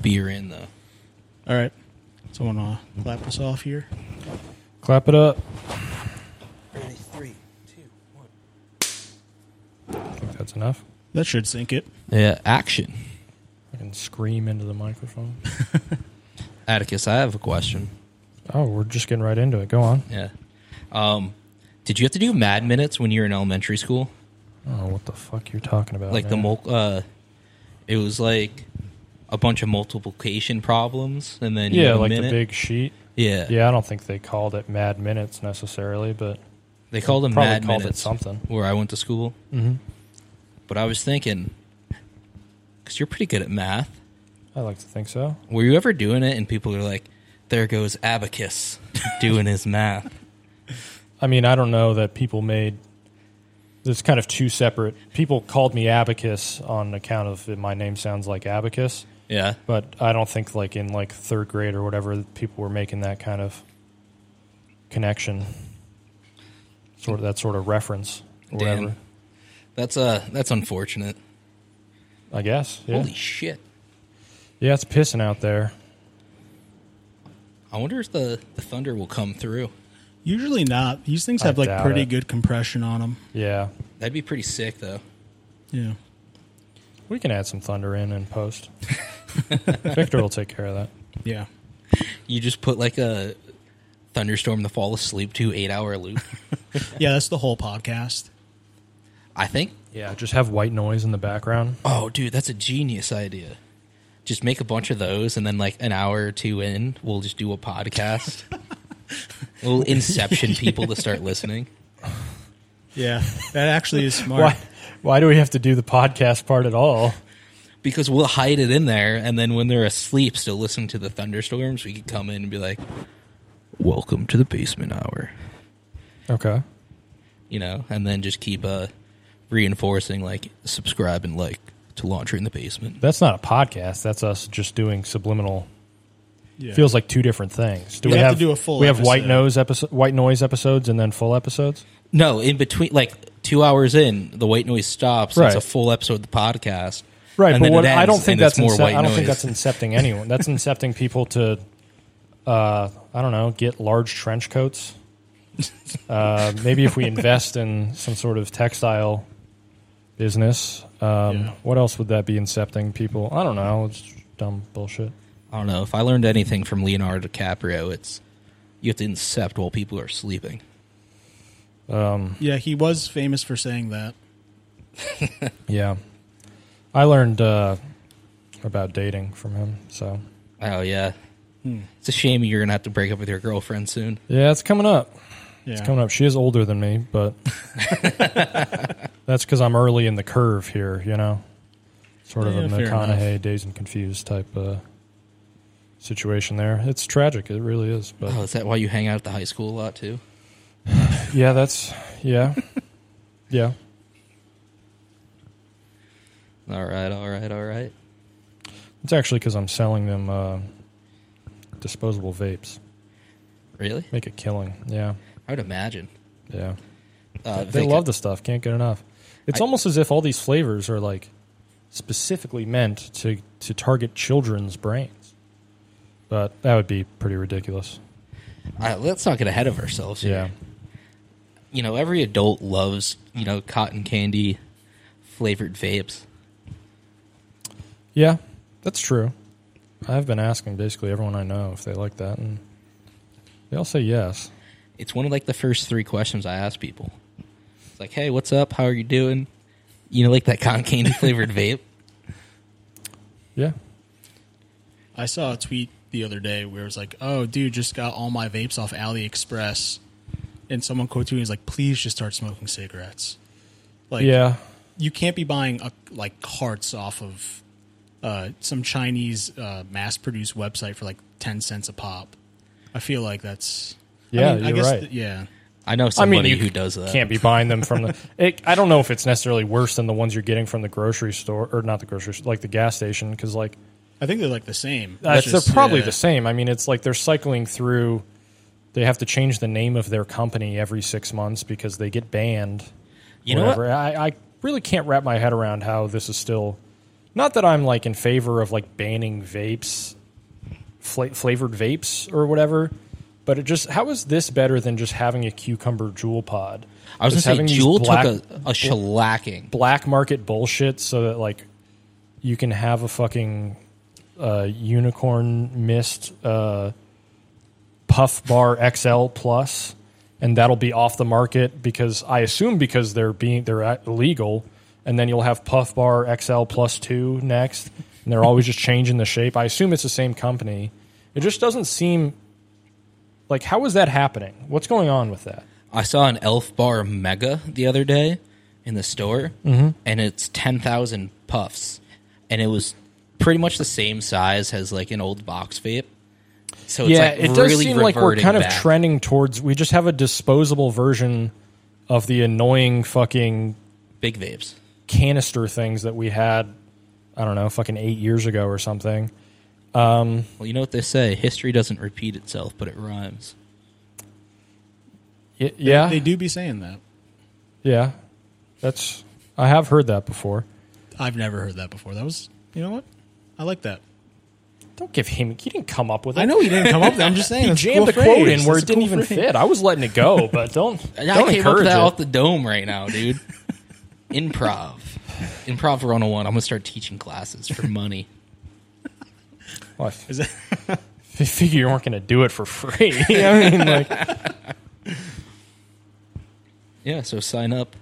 beer in though. All right. Someone uh, clap us off here. Clap it up. Ready, three, two, one. I think that's enough. That should sink it. Yeah, action. I can scream into the microphone. Atticus, I have a question. oh, we're just getting right into it. Go on. Yeah. Um, did you have to do mad minutes when you were in elementary school? Oh, what the fuck you're talking about? like the Oh, man. mul- uh, it was like a bunch of multiplication problems, and then you Yeah, have a like minute. the big sheet. yeah, Yeah, I don't think they called it mad minutes necessarily, but They called them probably mad called minutes it something. where I went to school. Mm-hmm. But I was thinking, because you're pretty good at math. I like to think so. Were you ever doing it? And people are like, "There goes Abacus doing his math." I mean, I don't know that people made. There's kind of two separate. People called me Abacus on account of that my name sounds like Abacus, Yeah, but I don't think like in like third grade or whatever that people were making that kind of connection, sort of that sort of reference or Damn. whatever. that's uh that's unfortunate. I guess. Yeah. Holy shit! yeah, it's pissing out there. I wonder if the the thunder will come through. Usually not. These things I have like doubt pretty it. good compression on them. Yeah, That'd be pretty sick though. Yeah. we can add some thunder in and post. Victor will take care of that. Yeah. You just put like a thunderstorm to fall asleep to eight hour loop. Yeah, that's the whole podcast. I think. Yeah, just have white noise in the background. Oh, dude, that's a genius idea. Just make a bunch of those, and then like an hour or two in, we'll just do a podcast. we'll inception people to start listening. Yeah. That actually is smart. Why? Why do we have to do the podcast part at all? because we'll hide it in there, and then when they're asleep, still listen to the thunderstorms. We could come in and be like, "Welcome to the basement hour," Okay. you know, and then just keep uh, reinforcing like subscribe and like to Laundry in the Basement. That's not a podcast. That's us just doing subliminal. Yeah. Feels like two different things. Do We'd we have to do a full We have white episode. noise episode, white noise episodes, and then full episodes. No, in between, like two hours in, the white noise stops. and It's a Right. full episode of the podcast, Right, And but then what, it I ends, don't think and it's that's incep- I don't think noise. that's incepting anyone. That's incepting people to, uh, I don't know, get large trench coats. Uh, maybe if we invest in some sort of textile business, um, Yeah. what else would that be incepting people? I don't know. It's dumb bullshit. I don't know if I learned anything from Leonardo DiCaprio. It's you have to incept while people are sleeping. yeah, he was famous for saying that. Yeah, I learned uh, about dating from him. So Oh yeah, Hmm. it's a shame you're gonna have to break up with your girlfriend soon. yeah, it's coming up. Yeah. It's coming up. She is older than me, but that's because I'm early in the curve here. You know, sort of Yeah, a fair McConaughey Days and Confused type uh, situation there. It's tragic. It really is. But Oh, is that why you hang out at the high school a lot too? yeah, that's yeah, yeah. All right, all right, all right. It's actually because I'm selling them uh, disposable vapes. Really? Make a killing. Yeah, I would imagine. yeah. Uh, they love the stuff. Can't get enough. It's I- almost as if all these flavors are like specifically meant to to target children's brains. But that would be pretty ridiculous. Uh, let's not get ahead of ourselves. Here. Yeah. You know, every adult loves you know cotton candy flavored vapes. Yeah, that's true. I've been asking basically everyone I know if they like that and they all say yes. It's one of like the first three questions I ask people. It's like, hey, what's up? How are you doing? You know, like that cotton candy flavored vape. Yeah. I saw a tweet the other day where it was like, "Oh, dude, just got all my vapes off AliExpress," and someone quoted me and was like, "Please just start smoking cigarettes." Like, yeah. you can't be buying uh like carts off of uh, some Chinese uh, mass-produced website for like ten cents a pop. I feel like that's I Yeah, mean, I you're guess right. th- yeah, I know I mean, somebody you who does that. Can't be buying them from the. It, I don't know if it's necessarily worse than the ones you're getting from the grocery store or not the grocery, store, like the gas station, because like I think they're like the same. Uh, It's just- they're probably yeah. the same. I mean, it's like they're cycling through. They have to change the name of their company every six months because they get banned. You know what? whatever. I, I really can't wrap my head around how this is still Not that I'm like in favor of like banning vapes, fla- flavored vapes or whatever, but it just how is this better than just having a cucumber jewel pod? I was Just going having to say these Jewel black- took a, a shellacking. black market bullshit so that like you can have a fucking uh, unicorn mist uh, puff bar XL plus, and that'll be off the market because I assume because they're being they're at- illegal, and then you'll have puff bar XL plus two next, and they're always just changing the shape. I assume it's the same company. It just doesn't seem like how is that happening? What's going on with that? I saw an Elf Bar Mega the other day in the store, Mm-hmm. and it's ten thousand puffs, and it was pretty much the same size as like an old box vape. So it's yeah, like it really does seem like we're reverting kind back. of trending towards. We just have a disposable version of the annoying fucking big vapes. canister things that we had. I don't know, fucking eight years ago or something. Well, you know what they say: history doesn't repeat itself, but it rhymes. Y- yeah, They do be saying that. yeah. That's I have heard that before. I've never heard that before. That was, you know what? I like that. Don't give him. He didn't come up with it. I know he didn't come up with that. I'm just saying. He that's a jammed cool the quote phrase. in where That's it a didn't cool even phrase. fit. I was letting it go, but don't I don't came up with encourage that it. off the dome right now, dude. Improv, improv 101. I'm gonna start teaching classes for money. Well, I f- Is that- they figure you weren't going to do it for free. I mean, like, Yeah, so sign up.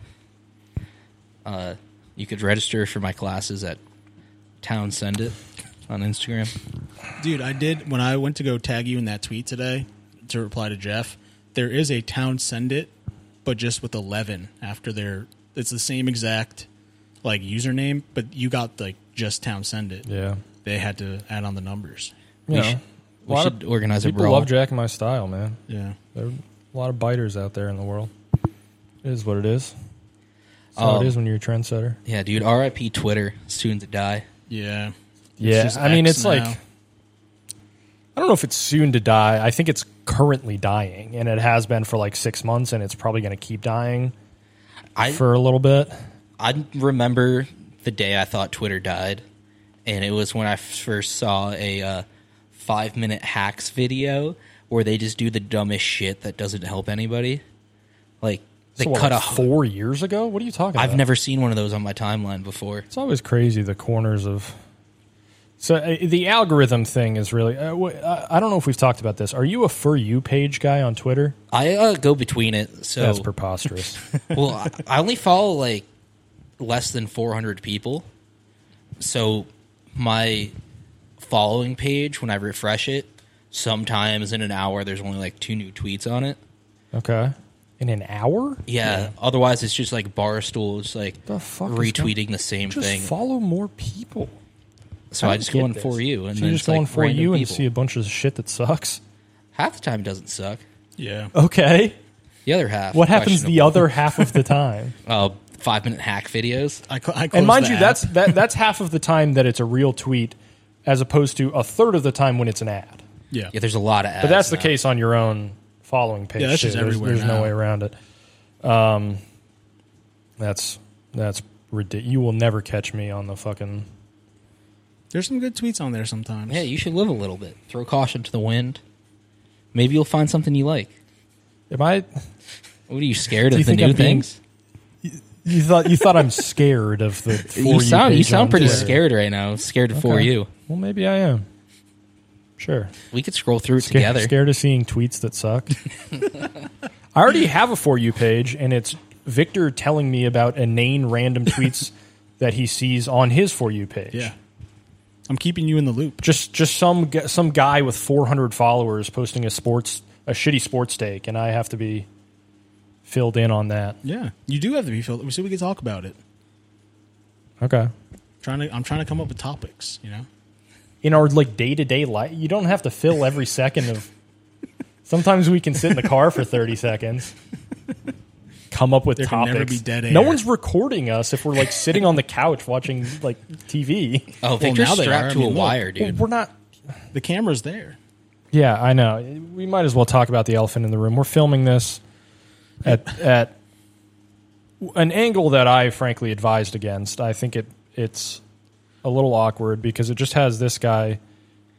Uh, you could register for my classes at Town Send It on Instagram. Dude, I did when I went to go tag you in that tweet today to reply to Jeff. There is a town send it, but just with eleven after their. It's the same exact like username, but you got like just town send it. yeah, They had to add on the numbers. you We know, should, a we lot of should organize a people brawl. love Jack and my style, man. Yeah. There are a lot of biters out there in the world. It is what it is. That's how Um, it is when you're a trendsetter. yeah, dude. R.I.P. Twitter. Soon to die. Yeah. Yeah, just I mean, X it's now. like I don't know if it's soon to die. I think it's currently dying, and it has been for like six months, and it's probably going to keep dying I for a little bit. I remember the day I thought Twitter died, and it was when I first saw a uh, five minute hacks video where they just do the dumbest shit that doesn't help anybody. Like they So what, cut a. like, four years ago. What are you talking? I've about? never seen one of those on my timeline before. It's always crazy the corners of. So uh, the algorithm thing is really. Uh, wh- I I don't know if we've talked about this. Are you a for you page guy on Twitter? I uh, go between it, so That's preposterous. well, I- I only follow like less than 400 people. So my following page, when I refresh it, sometimes in an hour, there's only like two new tweets on it. okay, in an hour. Yeah. Otherwise, it's just like barstool, just like The fuck is retweeting the same Just thing. follow more people. so I, just go don't on get for this. you, and so then you it's, just go like, on for random you and people. see a bunch of shit that sucks. half the time it doesn't suck. Yeah. Oh. Okay, The other half. what happens the questionable. other half of the time? uh, five minute hack videos? I, cl- I and closed mind the you, app. that's that, that's half of the time that it's a real tweet, as opposed to a third of the time when it's an ad. yeah. Yeah, there's a lot of ads. But that's the now. case on your own following page. Yeah, that's too. just there's, everywhere there's no now. way around it. Um, that's that's ridiculous. You will never catch me on the fucking. There's some good tweets on there sometimes. Yeah, you should live a little bit. Throw caution to the wind. Maybe you'll find something you like. Am I? What are you scared of you the think new I'm being things? You thought you thought I'm scared of the. For You sound page you sound on pretty Twitter. scared right now. Scared for Okay. you. Well, maybe I am. Sure. We could scroll through it Sca- together. Scared of seeing tweets that suck. I already have a for you page, and it's Victor telling me about inane random tweets that he sees on his for you page. Yeah. I'm keeping you in the loop. Just just some gu- some guy with 400 followers posting a sports a shitty sports take, and I have to be filled in on that. Yeah. You do have to be filled. So we can talk about it. Okay. Trying to, I'm trying to come up with topics. You know. in our like day to day life. You don't have to fill every second of. Sometimes we can sit in the car for thirty seconds, come up with There can topics. never be dead No air. one's recording us if we're like sitting on the couch watching like TV. oh, Victor's now they are. strapped I to mean, a look. wire, dude. We're not. The camera's there. Yeah, I know. We might as well talk about the elephant in the room. We're filming this at at an angle that I frankly advised against. I think it it's a little awkward because it just has this guy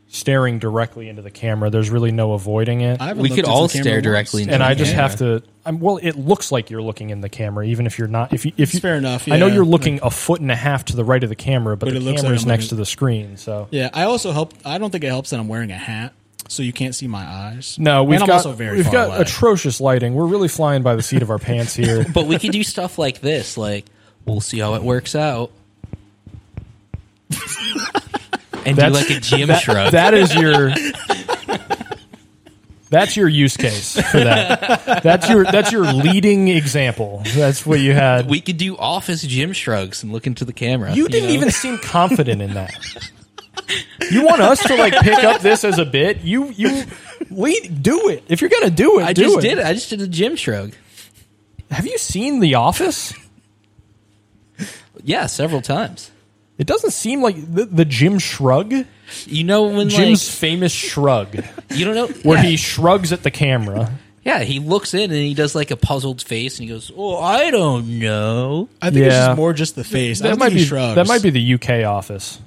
staring directly into the camera. There's really no avoiding it. I haven't We looked could into all the camera stare once. directly into and the I just camera. have to. I'm, well, it looks like you're looking in the camera, even if you're not. If you, if you, It's fair enough, I know yeah. you're looking a foot and a half to the right of the camera, but, But it the looks like camera's I'm next looking- to the screen. So Yeah, I also help. I don't think it helps that I'm wearing a hat, so you can't see my eyes. no, we've and I'm got also very we've far got away. atrocious lighting. We're really flying by the seat of our pants here. But we could do stuff like this. Like we'll see how it works out. and do That's- like a gym shrug. that is your. That's your use case for that. That's your that's your leading example. That's what you had. we could do office gym shrugs and look into the camera. You didn't know? even seem confident in that. You want us to like pick up this as a bit? You you lead, do it. If you're gonna do it, I do just it. did it. I just did a gym shrug. Have you seen The Office? Yeah, several times. It doesn't seem like the, the Jim shrug. You know when Jim's famous shrug, like you don't know where yeah, he shrugs at the camera. yeah he looks in and he does like a puzzled face and he goes, "Oh, I don't know." I think it's Yeah. just more just the face. I That don't might think he be shrugs. that might be the UK Office.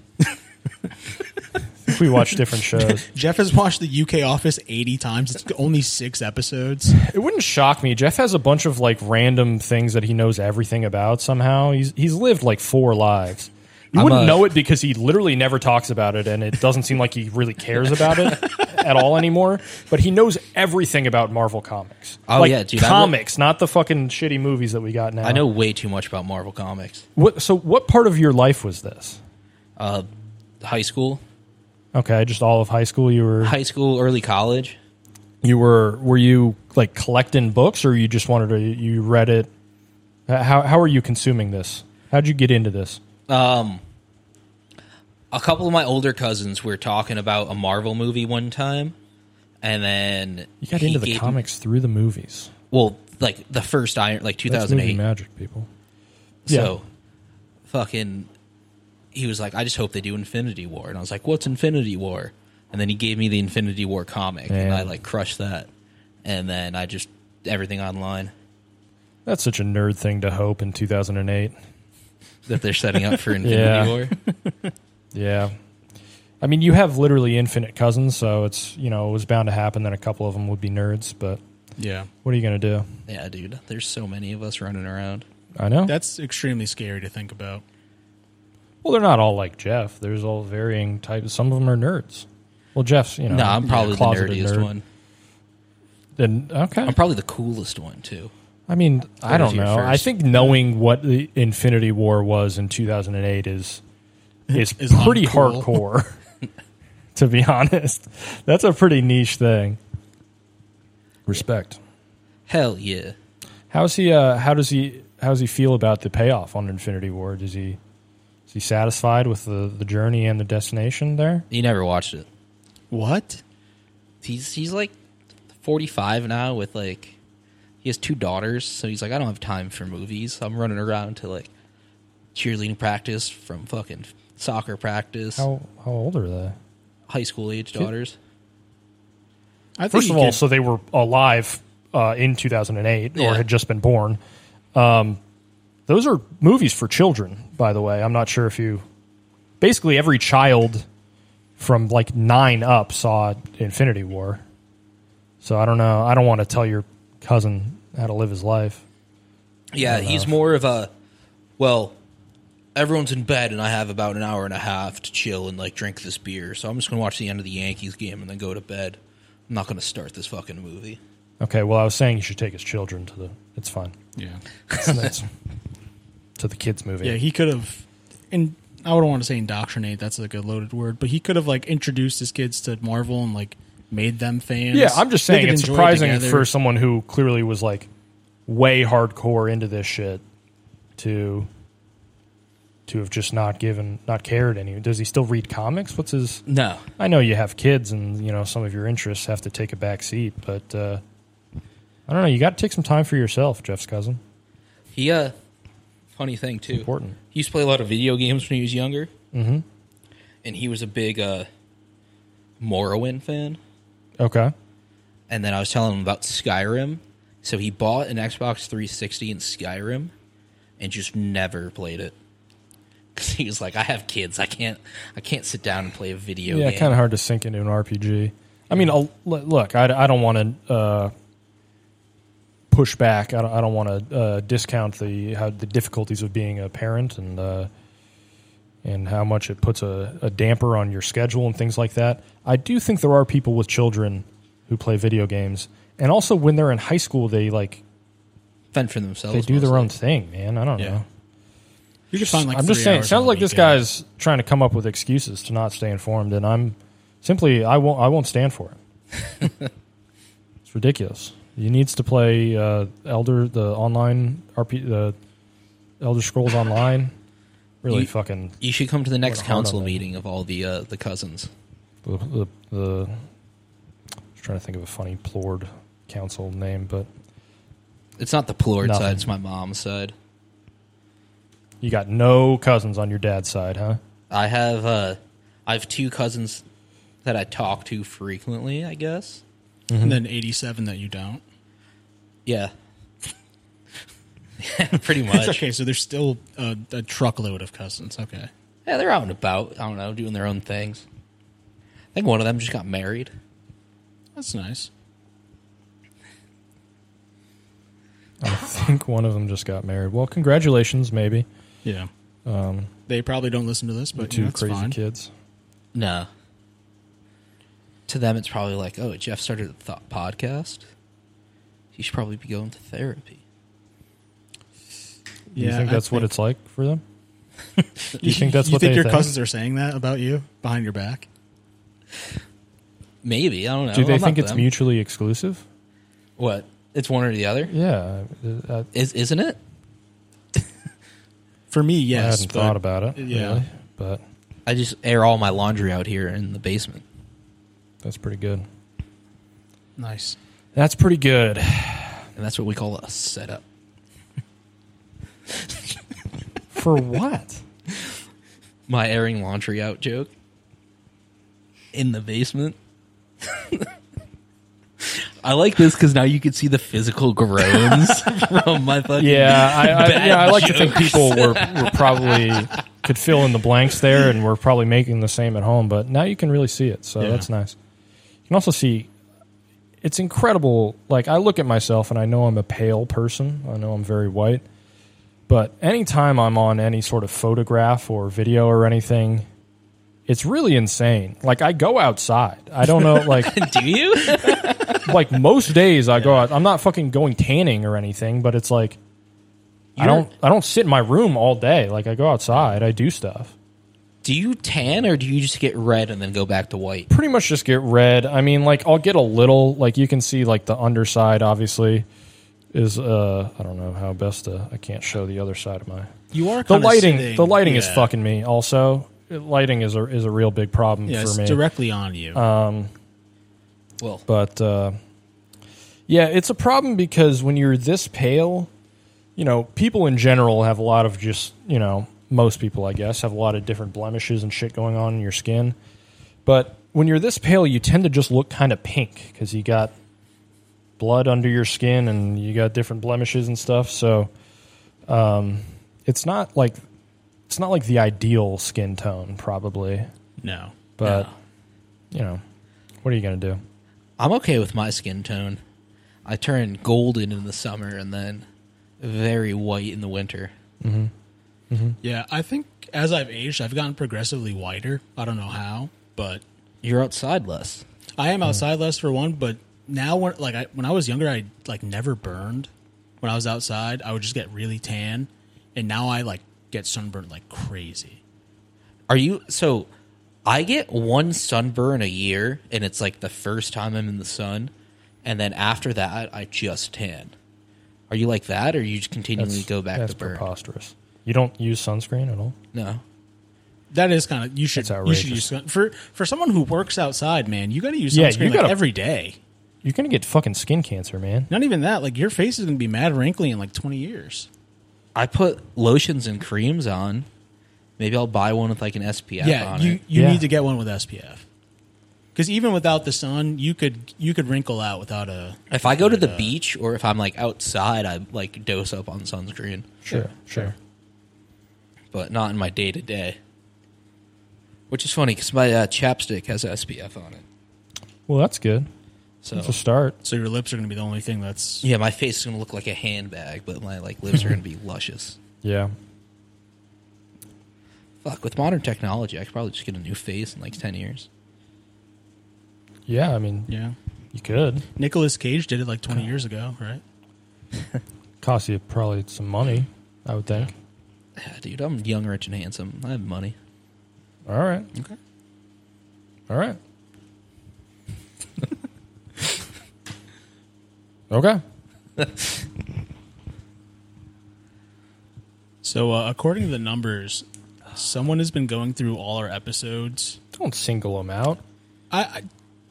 we watch different shows. Jeff has watched the UK Office 80 times. It's only six episodes. It wouldn't shock me. Jeff has a bunch of like random things that he knows everything about somehow. He's he's lived like four lives. You I'm wouldn't a- know it because he literally never talks about it and it doesn't seem like he really cares about it at all anymore. But he knows everything about Marvel Comics. Oh, Like, yeah, dude, I know- Comics, not the fucking shitty movies that we got now. I know way too much about Marvel comics. What, so, what part of your life was this? Uh, high school, Okay, just all of high school. You were high school, early college. you were were you like collecting books or you just wanted to you read it Uh, how how are you consuming this how'd you get into this a couple of my older cousins were talking about a Marvel movie one time, and then you got he into the gave- comics through the movies Well, like the first Iron, like two that's thousand movie eight. magic people So, fucking, he was like, "I just hope they do Infinity War," and I was like, "What's Infinity War?" And then he gave me the Infinity War comic, and Yeah. I like crushed that, and then I just everything online that's such a nerd thing to hope in 2008 that they're setting up for Infinity Yeah. War. yeah i mean you have literally infinite cousins so it's you know it was bound to happen that a couple of them would be nerds but Yeah. what are you going to do Yeah, dude, there's so many of us running around. i know That's extremely scary to think about. well they're not all like jeff there's all varying types some of them are nerds well jeff's you know No, I'm probably the Uh, closeted nerdiest nerd. one. then okay I'm probably the coolest one too. I mean, I Or don't to your know. I first. think knowing what the Infinity War was in 2008 is is, Is pretty uncool. hardcore. to be honest, that's a pretty niche thing. Respect. Hell yeah. How's he? Uh, how does he? How does he feel about the payoff on Infinity War? Does he? Is he satisfied with the, the journey and the destination there? You never watched it. What? He's he's like 45 now with like he has two daughters, so he's like I don't have time for movies. I'm running around to like cheerleading practice from fucking soccer practice, How how old are they? high school age daughters. I think First you of all, could- so they were alive uh, in 2008 or Yeah. had just been born. Um, those are movies for children, by the way. I'm not sure if you. Basically, every child from like nine up saw Infinity War. So I don't know. I don't want to tell your cousin how to live his life. Yeah, he's more of a well, everyone's in bed and I have about an hour and a half to chill and like drink this beer. So I'm just going to watch the end of the Yankees game and then go to bed. I'm not going to start this fucking movie. Okay, well, I was saying you should take his children to the. It's fine. yeah, It's nice. to the kids' movie. yeah, he could have, and I wouldn't want to say indoctrinate. That's like a loaded word, but he could have like introduced his kids to Marvel and like made them fans. Yeah, I'm just They saying could it's enjoy surprising together. for someone who clearly was like way hardcore into this shit to to have just not given not cared any. Does he still read comics? What's his No. I know you have kids and you know some of your interests have to take a back seat, but uh I don't know, you got to take some time for yourself, Jeff's cousin. He uh, funny thing too. Important. He used to play a lot of video games when he was younger. Mm-hmm. And he was a big uh, Morrowind fan. Okay. And then I was telling him about Skyrim. So he bought an Xbox 360 and Skyrim and just never played it. because he was like, I have kids. I can't. I can't sit down and play a video. yeah, game. kind of hard to sink into an RPG. I mean, I'll, l- look, I, I don't want to uh, push back. I don't, I don't want to uh, discount the how the difficulties of being a parent and uh, and how much it puts a, a damper on your schedule and things like that. I do think there are people with children who play video games, and also when they're in high school, they like fend for themselves. they do their mostly. own thing, man. I don't Yeah. know. You could find like I'm just three saying. It hours sounds on like the this weekend. guy's trying to come up with excuses to not stay informed, and I'm simply I won't I won't stand for it. it's ridiculous. He needs to play uh, Elder the online RP the Elder Scrolls Online. Really You- fucking You should come to the next Work hard on council that. meeting of all the uh, the cousins. the the, the I was trying to think of a funny plord council name, but It's not the Plord Nothing. side; it's my mom's side. you got no cousins on your dad's side, huh? I have uh, I have two cousins that I talk to frequently. I guess. and then 87 that you don't. Yeah. Pretty It's much. okay. So there's still a, a truckload of cousins. Okay. Yeah, they're out and about. I don't know, doing their own things. I think one of them just got married. That's nice. I think one of them just got married. Well, congratulations, maybe Yeah. Um, they probably don't listen to this, the but you two know, it's crazy fine. kids. No. To them, it's probably like, oh, Jeff started a thought podcast. He should probably be going to therapy. Do you think I that's what it's like for them? Do you think that's you what think they your think? cousins are saying that about you behind your back? Maybe I don't know. Do they I'm not think it's them. mutually exclusive? What? It's one or the other. Yeah, uh, I, Is isn't it? For me, I yes. hadn't but thought about it. yeah. really, but I just air all my laundry out here in the basement. that's pretty good. Nice. That's pretty good. And that's what we call a setup. For what? My airing laundry out joke. In the basement. I like this because now you can see the physical groans from my fucking. Yeah, I, I, Bad yeah, I like to think jokes. people were, were probably could fill in the blanks there, and were probably making the same at home. But now you can really see it, so Yeah. that's nice. You can also see it's incredible. Like I look at myself, and I know I'm a pale person. I know I'm very white, but anytime I'm on any sort of photograph or video or anything, it's really insane. Like I go outside. I don't know. Like Do you? like most days I go out. I'm not fucking going tanning or anything, but it's like I You're- don't I don't sit in my room all day. Like I go outside, I do stuff. Do you tan or do you just get red and then go back to white? Pretty much just get red. I mean, like I'll get a little like you can see like the underside obviously is uh I don't know how best to I can't show the other side of my You are the kinda lighting sitting- the lighting is yeah. fucking me also. Lighting is a is a real big problem Yeah, for it's me. Uh, directly on you. Well, but uh, yeah, it's a problem because when you're this pale, you know, people in general have a lot of just you know, most people I guess have a lot of different blemishes and shit going on in your skin. But when you're this pale, you tend to just look kind of pink because you got blood under your skin and you got different blemishes and stuff. So um, it's not like it's not like the ideal skin tone, probably. no. But you know, what are you gonna do? I'm okay with my skin tone. I turn golden in the summer and then very white in the winter. Yeah, I think as I've aged, I've gotten progressively whiter. I don't know how, but You're outside less. I Hmm. am outside less for one. But now, when like I, when I was younger, I like never burned. When I was outside, I would just get really tan, and now I like get sunburned like crazy. Are you so I get one sunburn a year and it's like the first time I'm in the sun and then after that I just tan. Are you like that or you just continually go back that's to burn? preposterous. You don't use sunscreen at all. No. That is kind of you should That's you should outrageous. use sun, for for someone who works outside, man. You got to use Yeah, sunscreen you like, gotta- every day. You're gonna get fucking skin cancer, man. Not even that. Like your face is gonna be mad wrinkly in like twenty years. I put lotions and creams on. Maybe I'll buy one with like an SPF yeah, on you it. you Yeah. need to get one with SPF. Because even without the sun, you could you could wrinkle out without a. If I go to the beach or if I'm like outside, I like dose up on sunscreen. Sure, sure. but not in my day to day. Which is funny because my uh, chapstick has SPF on it. Well, that's good. So It's a start. So your lips are going to be the only thing that's. yeah, my face is gonna look like a handbag, but my like lips are gonna be luscious. Yeah. Fuck, with modern technology, I could probably just get a new face in like ten years. Yeah, I mean, Yeah. you could. Nicolas Cage did it like 20 years ago, right? Cost you probably some money, I would think. Yeah, dude, I'm young, rich, and handsome. I have money. All right. Okay. All right. okay. So uh, according to the numbers, someone has been going through all our episodes. Don't single them out. I, I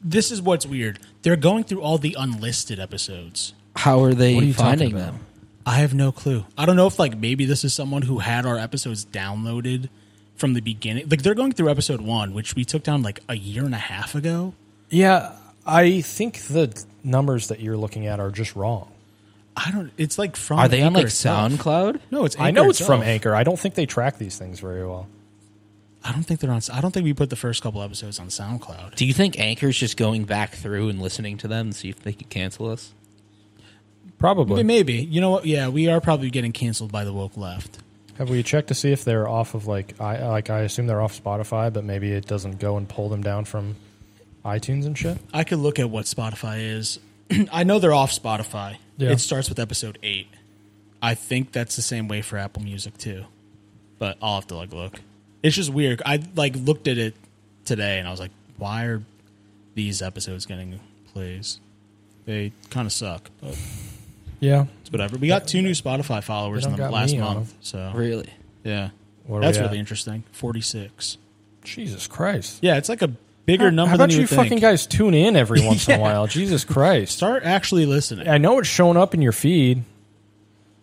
this is what's weird. They're going through all the unlisted episodes. How are they What are you talking finding about? them? I have no clue. I don't know if like maybe this is someone who had our episodes downloaded from the beginning. Like they're going through episode 1, which we took down like a year and a half ago. Yeah, I think the numbers that you're looking at are just wrong. I don't it's like from Are they on Anchor like itself. SoundCloud? No, it's I know Anchor it's from itself. Anchor. I don't think they track these things very well. I don't think they're on I don't think we put the first couple episodes on SoundCloud. Do you think Anchor's just going back through and listening to them and see if they could cancel us? Probably. But maybe. You know what? Yeah, we are probably getting canceled by the woke left. Have we checked to see if they're off of like I like I assume they're off Spotify, but maybe it doesn't go and pull them down from iTunes and shit. I could look at what Spotify is. I know they're off Spotify. Yeah. It starts with episode eight. I think that's the same way for Apple Music too, but I'll have to like look. It's just weird. I like looked at it today and I was like, why are these episodes getting plays? They kind of suck, but Yeah. it's whatever. We got two new Spotify followers They in don't the got last me on month, so Really? yeah, What are that's we really at? interesting. Forty six. Jesus Christ. Yeah, it's like a bigger number How than about you, would think. fucking guys tune in every once in a while? Jesus Christ. Start actually listening. I know it's showing up in your feed.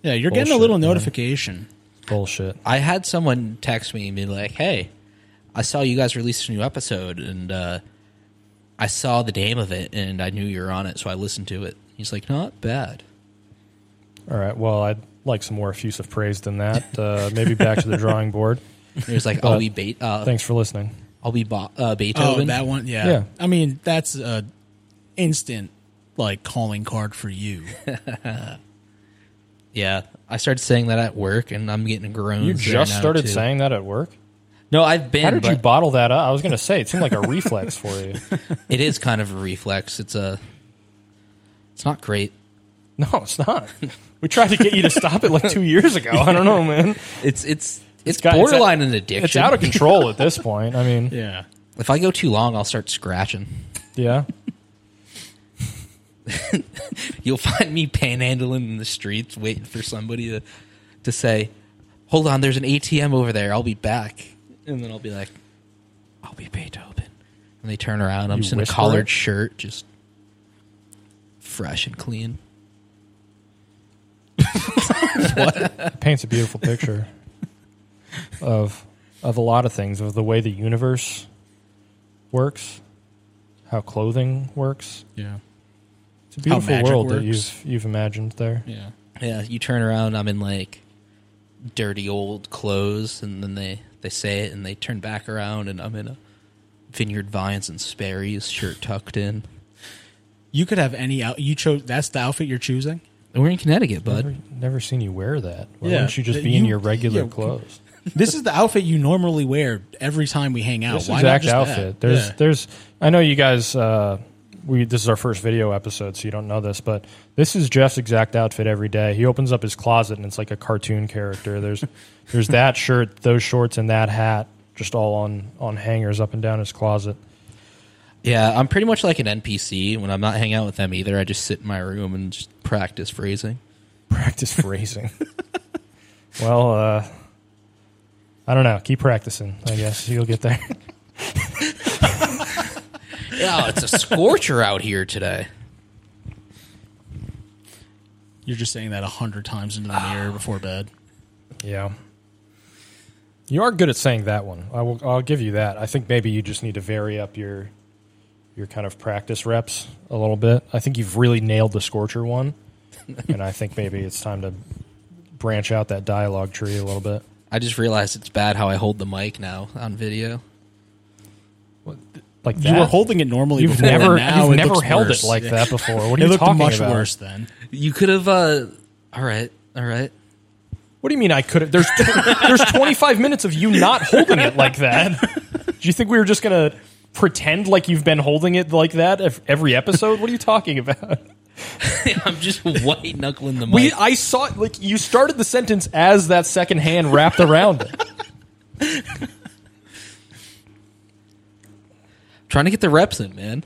Yeah, you're getting a Bullshit, little man. notification. Bullshit. I had someone text me and be like, "Hey, I saw you guys released a new episode, and uh, I saw the name of it, and I knew you were on it, so I listened to it." He's like, "Not bad." All right. Well, I'd like some more effusive praise than that. Uh, maybe back to the drawing board. And he was like, But- "I'll be Be- uh, Thanks for listening. I'll be Bo- uh, Oh, Beethoven." that one. Yeah. Yeah. I mean, that's a instant like calling card for you. yeah, I started saying that at work, and I'm getting groans. You there just now, started too. saying that at work? No, I've been. How did you but bottle that up? I was going to say, it seemed like a reflex for you. it is kind of a reflex. It's a. It's not great. No, it's not. We tried to get you to stop it like two years ago. I don't know, man. It's it's it's, got- it's borderline an addiction. It's out of control at this point. I mean, yeah. If I go too long, I'll start scratching. yeah. You'll find me panhandling in the streets, waiting for somebody to to say, "Hold on, there's an ATM over there. I'll be back." And then I'll be like, "I'll be Beethoven." And they turn around. I'm You just in a whisper collared it? shirt, just fresh and clean. paints a beautiful picture of of a lot of things of the way the universe works, how clothing works. Yeah. It's a beautiful magic world that works. you've you've imagined there. Yeah. Yeah, you turn around. I'm in like dirty old clothes, and then they they say it, and they turn back around, and I'm in a Vineyard Vines and Sperry's shirt tucked in. You could have any out. You chose. That's the outfit you're choosing. We're in Connecticut, bud. Never, never seen you wear that. Why Yeah, wouldn't you just that be in you- your regular yeah, clothes? This is the outfit you normally wear every time we hang out. This Why exact not just That? outfit. There's Yeah. there's I know you guys uh we this is our first video episode so you don't know this, but this is Jeff's exact outfit every day. He opens up his closet and it's like a cartoon character. There's there's that shirt, those shorts and that hat just all on on hangers up and down his closet. Yeah, I'm pretty much like an NPC. When I'm not hanging out with them either, I just sit in my room and just practice phrasing. Practice phrasing. well, uh I don't know. Keep practicing, I guess. You'll get there. Yeah, oh, it's a scorcher out here today. You're just saying that a hundred times into the Ah. mirror before bed. Yeah. You are good at saying that one. I will. I'll give you that. I think maybe you just need to vary up your your kind of practice reps a little bit. I think you've really nailed the scorcher one, and I think maybe it's time to branch out that dialogue tree a little bit. I just realized it's bad how I hold the mic now on video. Like that. You were holding it normally. You've before, and never, now you've it never looks held worse. it like that before. What are It you looked talking much about? worse then. You could have. uh All right, all right. What do you mean I could have? There's tw- there's 25 minutes of you not holding it like that. Do you think we were just gonna pretend like you've been holding it like that ev- every episode? What are you talking about? I'm just white knuckling the mic. We I saw like you started the sentence as that second hand wrapped around it. trying to get the reps in, man.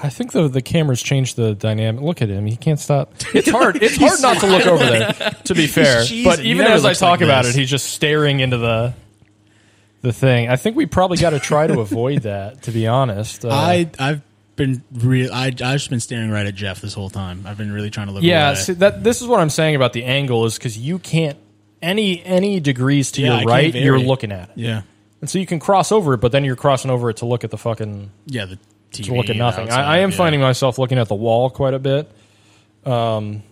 I think the the cameras changed the dynamic. Look at him; he can't stop. It's hard. It's hard not to look over there. To be fair, cheesing. but He even never as I looks talk like about this. it, he's just staring into the the thing. I think we probably got to try to avoid that. To be honest, uh, I I've been real. I I've just been staring right at Jeff this whole time. I've been really trying to look. yeah. away. See, that this is what I'm saying about the angle is because you can't any any degrees to Yeah, I your can't right, vary. you're looking at it, yeah, and so you can cross over it, but then you're crossing over it to look at the fucking yeah. The TV, to look at the nothing. outside, I, I am yeah. finding myself looking at the wall quite a bit. Um,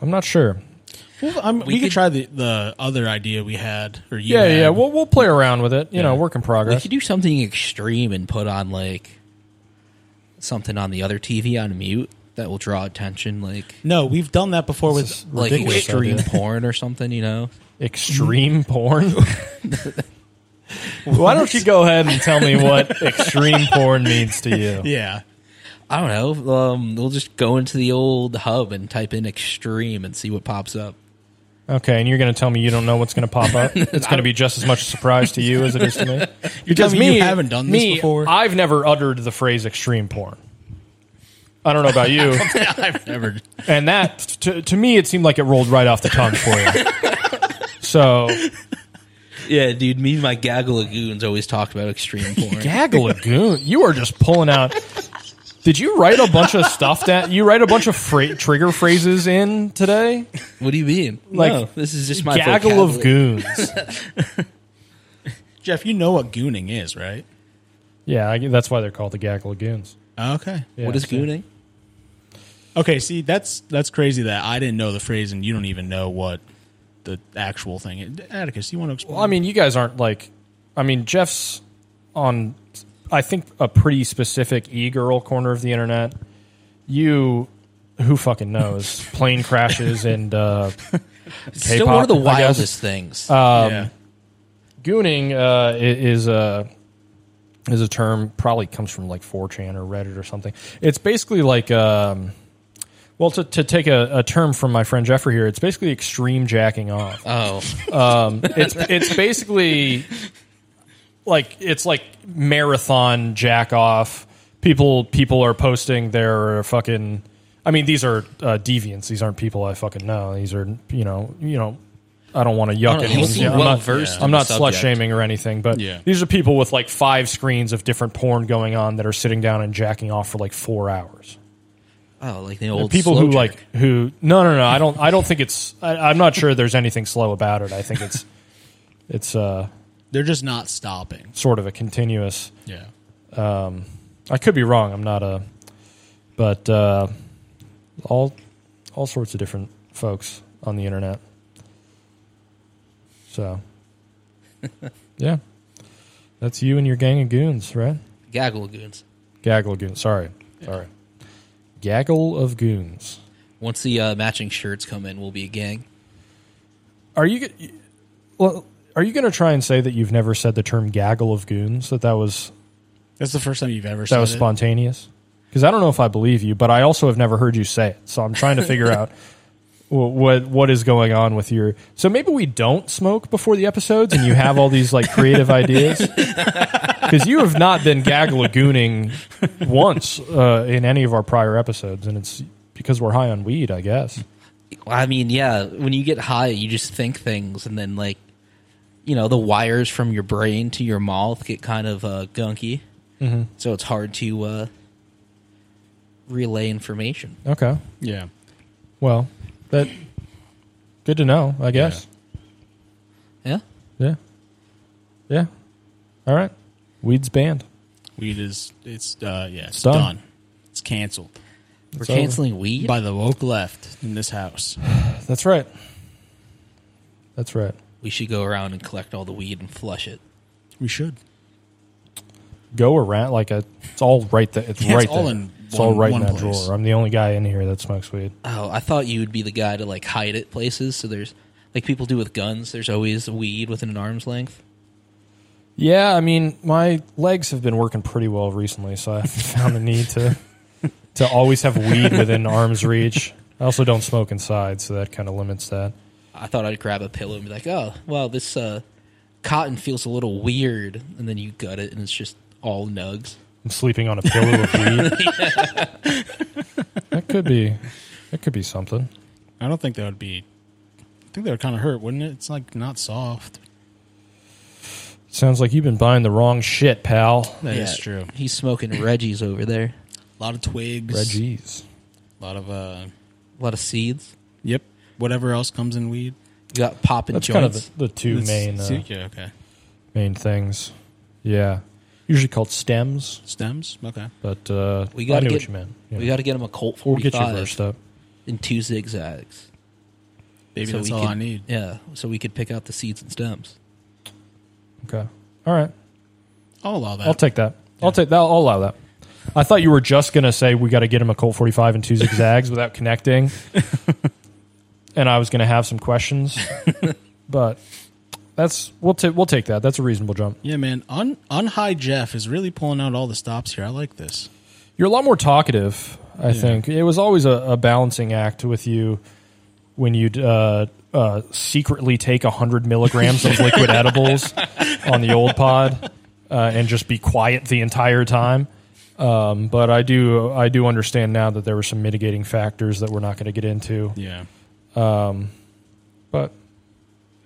I'm not sure. Well, I'm, we, could, could- try the, the other idea we had, or you Yeah, had. yeah. We'll we'll play around with it. You know, work in We progress. could do something extreme and put on like something on the other TV on mute that will draw attention, like no, we've done that before with This is like Ridiculous extreme idea. porn or something. You know, Extreme porn. Why don't you go ahead and tell me what extreme porn means to you? yeah. I don't know. Um, we'll just go into the old hub and type in extreme and see what pops up. Okay, and you're going to tell me you don't know what's going to pop up? It's going to be just as much a surprise to you as it is to me. because telling me you haven't done this me, before? I've never uttered the phrase extreme porn. I don't know about you, I've never. and that to, to me it seemed like it rolled right off the tongue for you. So Yeah, dude. Me and my gaggle of goons always talked about extreme porn. Gag Lagoon. You are just pulling out. Did you write a bunch of stuff down? You write a bunch of fra- trigger phrases in today? what do you mean? Like, no, this is just my Gaggle of vocabulary. goons. Jeff, you know what gooning is, right? Yeah, I, that's why they're called the Gaggle of goons. Okay. Yeah, What is so- gooning? Okay. See, that's that's crazy that I didn't know the phrase, and you don't even know what the actual thing. is. Atticus, you want to explain? Well, I mean, you guys aren't like. I mean, Jeff's on, I think, a pretty specific e girl corner of the internet. You, who fucking knows? Plane crashes and uh, It's still one of the K-pop, I guess. Uh, wildest things. yeah. Gooning uh, i- is a is a term probably comes from like 4chan or Reddit or something. It's basically like um, well to, to take a, a term from my friend Jeffrey here, it's basically extreme jacking off. Um, oh, it's it's basically like it's like marathon jack off. People people are posting their fucking. I mean, these are uh, deviants. These aren't people I fucking know. These are you know you know. I don't want to yuck don't know. You anyone's. seem I'm not, well-versed I'm in the not slut subject. shaming or anything, but Yeah. these are people with like five screens of different porn going on that are sitting down and jacking off for like four hours oh, like the old people slow who jerk. like who no no no I don't I don't think it's I, I'm not sure there's anything slow about it I think it's it's uh They're just not stopping. sort of a continuous Yeah. I could be wrong I'm not a but uh, all all sorts of different folks on the internet so yeah that's you and your gang of goons right gaggle of goons. gaggle of goons sorry sorry gaggle of goons Once the uh, matching shirts come in, we'll be a gang. Are you g- well? Are you going to try and say that you've never said the term "gaggle of goons"? That that was That's the first time you've ever. that was said it? spontaneous? Because I don't know if I believe you, but I also have never heard you say it. So I'm trying to figure out wh- what what is going on with your. So maybe we don't smoke before the episodes, and you have all these like creative ideas. Because you have not been gaggle of gooning once uh, in any of our prior episodes, and it's because we're high on weed, I guess. I mean, yeah, when you get high, you just think things, and then like, you know, the wires from your brain to your mouth get kind of uh, gunky, mm-hmm. so it's hard to uh, relay information. Okay. Yeah. Well, that good to know, I guess. Yeah, Yeah. Yeah. All right. Weed's banned. Weed is it's uh yeah it's done. done. It's canceled. We're So- canceling weed. by the woke left in this house. That's right. That's right. we should go around and collect all the weed and flush it. We should. Go around like a. It's all right there. It's Yeah, it's right all there. in it's all one- right one in that place. drawer. I'm the only guy in here that smokes weed. Oh, I thought you would be the guy to like hide it places. So there's like people do with guns. There's always weed within an arm's length. Yeah, I mean, my legs have been working pretty well recently, so I found the need to to always have weed within arm's reach. I also don't smoke inside, so that kind of limits that. I thought I'd grab a pillow and be like, "Oh, well, this uh, cotton feels a little weird," and then you gut it, and it's just all nugs. I'm sleeping on a pillow of weed. that could be that could be something. I don't think that would be. I think that would kind of hurt, wouldn't it? It's like not soft. Sounds like you've been buying the wrong shit, pal. That is Yeah, true. He's smoking Reggie's over there. A lot of twigs. Reggie's. A lot of uh. A lot of seeds. Yep. Whatever else comes in weed. You got popping That's joints. kind of the, the two It's- main it's- uh, yeah, okay. main things. Yeah, usually called stems, Stems. Okay. but uh, We I gotta knew get- what you meant. Yeah. We got to get him a Colt we'll get 45 you first up. in two zigzags. Maybe So that's we all could- I need. Yeah, so we could pick out the seeds and stems. Okay. All right. I'll allow that. I'll take that. I'll take that. I'll allow that. I thought you were just gonna say we got to get him a Colt 45 and two zigzags without connecting, and I was gonna have some questions, but that's we'll take we'll take that. That's a reasonable jump. yeah, man. Un unhigh Jeff is really pulling out all the stops here. I like this. You're a lot more talkative. I think it was always a, a balancing act with you when you'd uh, uh, secretly take hundred milligrams of liquid edibles on the old pod uh, and just be quiet the entire time. Um, but I do I do understand now that there were some mitigating factors that we're not going to get into. Yeah. But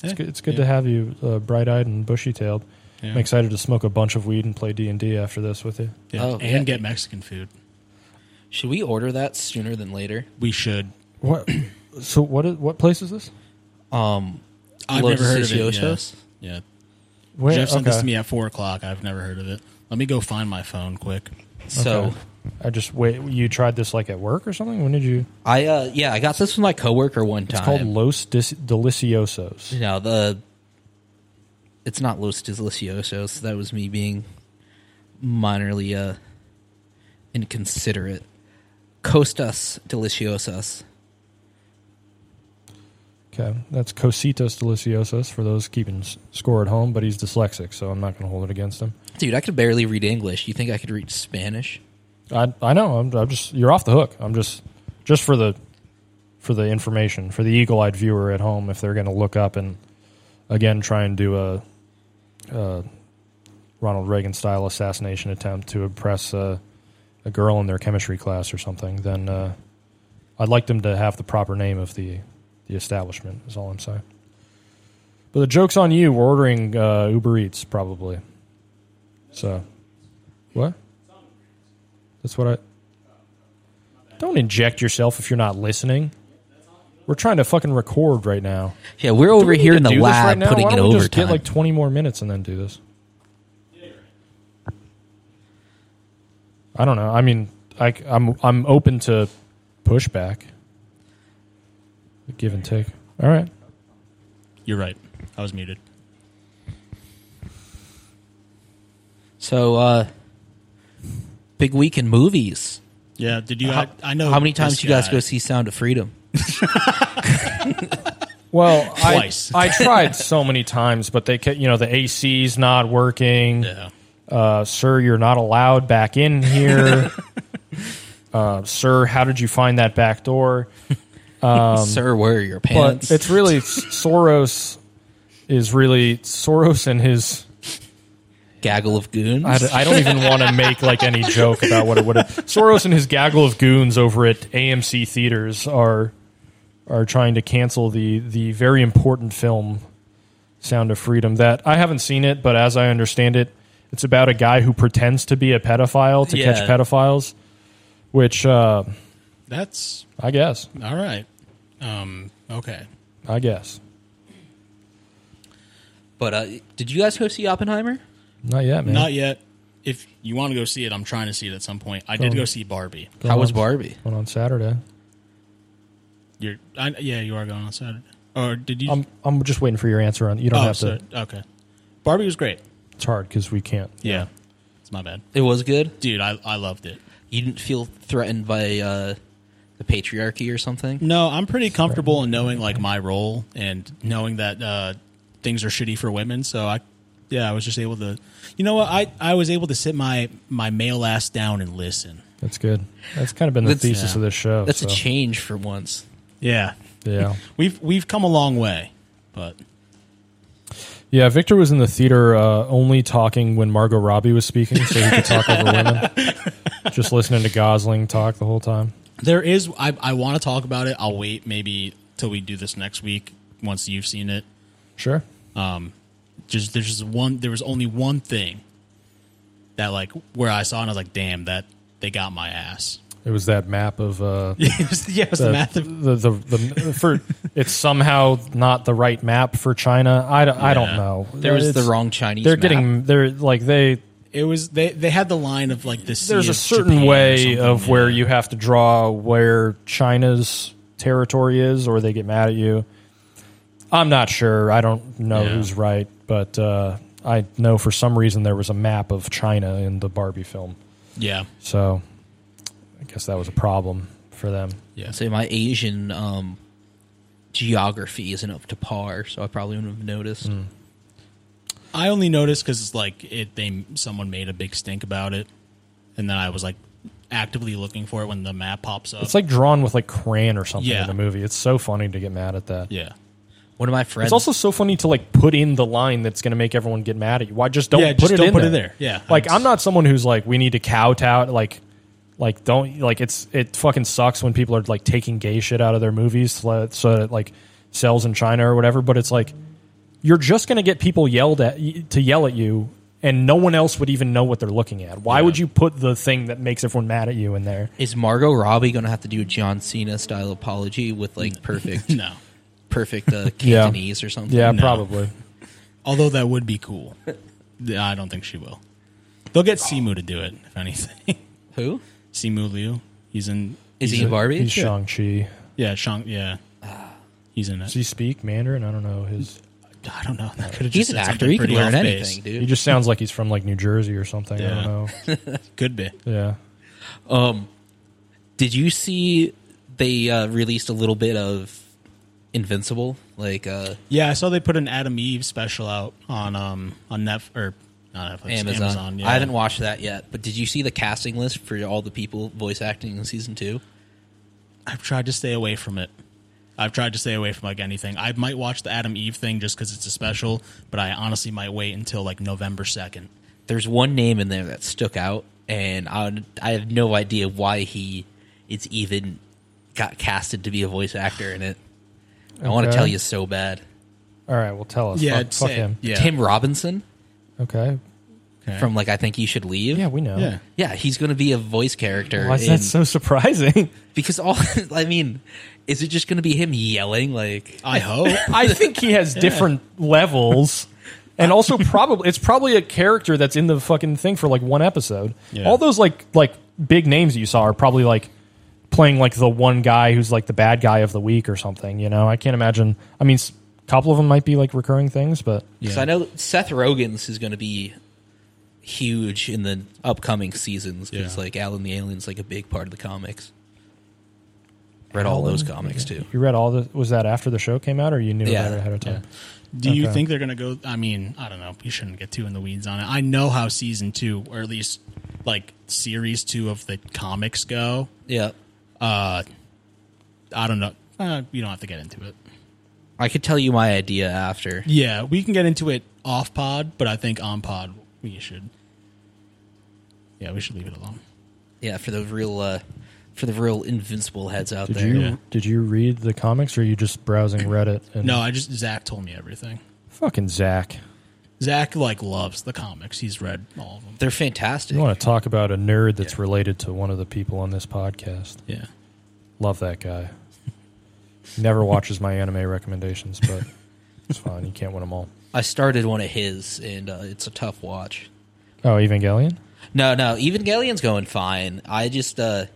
It's good- it's good to have you uh, bright eyed and bushy tailed. Yeah. I'm excited to smoke a bunch of weed and play D and D after this with you. Yeah. Oh, and yeah. get Mexican food. Should we order that sooner than later? We should. What? So what? Is, what place is this? Um, I've Los never heard of it. Yeah. Deseosos? yeah. Where- Jeff sent this okay. to me at four o'clock. I've never heard of it. Let me go find my phone quick. So Okay. I just wait. You tried this like at work or something? When did you? I uh yeah, I got this from my coworker one time. It's called Los Dis- Deliciosos. you know, the it's not Los Deliciosos. That was me being minorly uh inconsiderate. Costas Deliciosas. Okay, that's Cositas Deliciosos for those keeping s- score at home. But he's dyslexic, so I'm not going to hold it against him. Dude, I could barely read English. You think I could read Spanish? I I know. I'm, I'm just you're off the hook. I'm just just for the for the information for the eagle-eyed viewer at home if they're going to look up and again try and do a, a Ronald Reagan style assassination attempt to impress a, a girl in their chemistry class or something. Then uh, I'd like them to have the proper name of the the establishment. Is all I'm saying. But the joke's on you. We're ordering uh, Uber Eats probably. So what? That's what I. Don't inject yourself if you're not listening. We're trying to fucking record right now. Yeah, we're Do over we need here to in the do this lab right now? putting Why it don't we over Just get time. like 20 more minutes and then do this. I don't know. I mean, I, am I'm open to pushback, give and take. All right. You're right. I was muted. So uh big week in movies. Yeah. Did you? How, I, I know. Uh, how many this times you guys guy. go see Sound of Freedom? Well, Twice. I, I tried so many times, but they, ca- you know, the AC's not working. Yeah. uh, sir, you're not allowed back in here. uh, sir, how did you find that back door? Sir, where are your pants? Um, But it's really Soros is really Soros and his. Gaggle of goons. I, d- I don't even want to make like any joke about what it would have. Soros and his gaggle of goons over at AMC theaters are are trying to cancel the the very important film Sound of Freedom that I haven't seen it, but as I understand it, it's about a guy who pretends to be a pedophile to catch Yeah. pedophiles, which uh, That's I guess, all right. Um. Okay. I guess, But uh, did you guys go see Oppenheimer? not yet, man. Not yet. if you want to go see it, I'm trying to see it at some point. I did Um, go see Barbie. Going How was on- Barbie? Going on Saturday. You're, I, yeah, you are going on Saturday. Or did you? I'm I'm just waiting for your answer on. You don't oh, have sorry. to. okay. Barbie was great. It's hard because we can't. Yeah, it's my bad, It was good. dude. I I loved it. You didn't feel threatened by uh, the patriarchy or something. No, I'm pretty comfortable in knowing like my role and knowing that uh, things are shitty for women. So I, yeah, I was just able to, you know what, I I was able to sit my my male ass down and listen. That's good. That's kind of been the That's- thesis yeah. of this show. That's so, a change for once. Yeah, Yeah. we've we've come a long way, but Yeah, Victor was in the theater uh, only talking when Margot Robbie was speaking, so he could talk over women. Just listening to Gosling talk the whole time. there is I I want to talk about it. I'll wait maybe till we do this next week once you've seen it. Sure. Just there's just one there was only one thing that like where I saw it and I was like, damn that they got my ass. It was that map of uh, it was, yeah, it was the, math of the, the, the- for it's somehow not the right map for China. I, don't- I don't Yeah. know. There was the It's- wrong Chinese. They're map. getting they're like they It was they they had the line of like this. there's a certain way of where you have to draw where China's territory is, or they get mad at you. I'm not sure. I don't know Yeah. who's right, but uh, I know for some reason there was a map of China in the Barbie film, yeah so I guess that was a problem for them. yeah. Say my Asian um, geography isn't up to par, so I probably wouldn't have noticed. Hmm. I only noticed because it's like it they someone made a big stink about it, and then I was like actively looking for it when the map pops up. It's like drawn with like crayon or something Yeah. in the movie. It's so funny to get mad at that. yeah, One of my friends. It's also so funny to like put in the line that's going to make everyone get mad at you. Why just don't Yeah, put just it don't in put there. it there. Yeah. like I'm not someone who's like we need to kowtow like like don't like it's it fucking sucks when people are like taking gay shit out of their movies so so that it like sells in China or whatever. But it's like you're just going to get people yelled at to yell at you. And no one else would even know what they're looking at. Why would you put the thing that makes everyone mad at you in there? is Margot Robbie going to have to do a John Cena style apology with like perfect, no. perfect uh, Cantonese or something? Yeah, No. probably. Although that would be cool. Yeah, I don't think she will. They'll get Simu to do it if anything. Who Simu Liu, he's in. is he's he in a- Barbie? He's Shang Chi. Yeah, Shang. Yeah, he's in it. Does he speak Mandarin? I don't know his. I don't know. That could have He's just an said actor. something He can pretty learn off anything, base. dude. He just sounds like he's from like New Jersey or something. I Yeah. don't know. Could be. Yeah. Did you see they uh, released a little bit of Invincible? Like uh, Yeah, I saw they put an Adam Eve special out on um on Netf or not Netflix, Amazon. Amazon. yeah. I haven't watched that yet, but did you see the casting list for all the people voice acting in season two? I've tried to stay away from it. I've tried to stay away from like anything. I might watch the Adam Eve thing just because it's a special, but I honestly might wait until like November second. There's one name in there that stuck out, and I, I have no idea why he it's even got casted to be a voice actor in it. I want to Okay. tell you so bad. All right. Well, tell us. Yeah, fuck, fuck him. yeah, Tim Robinson Okay. from like I think you should leave. Yeah, we know. yeah. Yeah, he's going to be a voice character. Why is in- that so surprising? because all I mean, is it just going to be him yelling like? I hope. I think he has different levels. And also probably it's probably a character that's in the fucking thing for like one episode. Yeah. All those like like big names that you saw are probably like playing like the one guy who's like the bad guy of the week or something, you know. I can't imagine. I mean, s- a couple of them might be like recurring things, but Because I know Seth Rogen's is going to be huge in the upcoming seasons because Yeah. like Alan the Alien's like a big part of the comics. Read all those comics too. you read all the was that after the show came out or you knew Yeah. about it ahead of time? Do you Okay. think they're gonna go? I mean, I don't know. You shouldn't get too in the weeds on it. I know how season two, or at least like series two of the comics go. Yeah, Uh, I don't know. Uh, you don't have to get into it. I could tell you my idea after. Yeah, we can get into it off pod, but I think on pod we should. Yeah, we should leave it alone. Yeah, for the real, uh, for the real invincible heads out Did there. you Yeah. did you read the comics or are you just browsing Reddit and No, I just Zach told me everything. fucking Zach? Zach like loves the comics. He's read all of them. They're fantastic. You want to talk about a nerd that's related to one of the people on this podcast? Yeah, Love that guy. Never watches my anime recommendations, but it's fine. You can't win them all. I started one of his, and uh, it's a tough watch. Oh, Evangelion. No, no, Evangelion's going fine. I just uh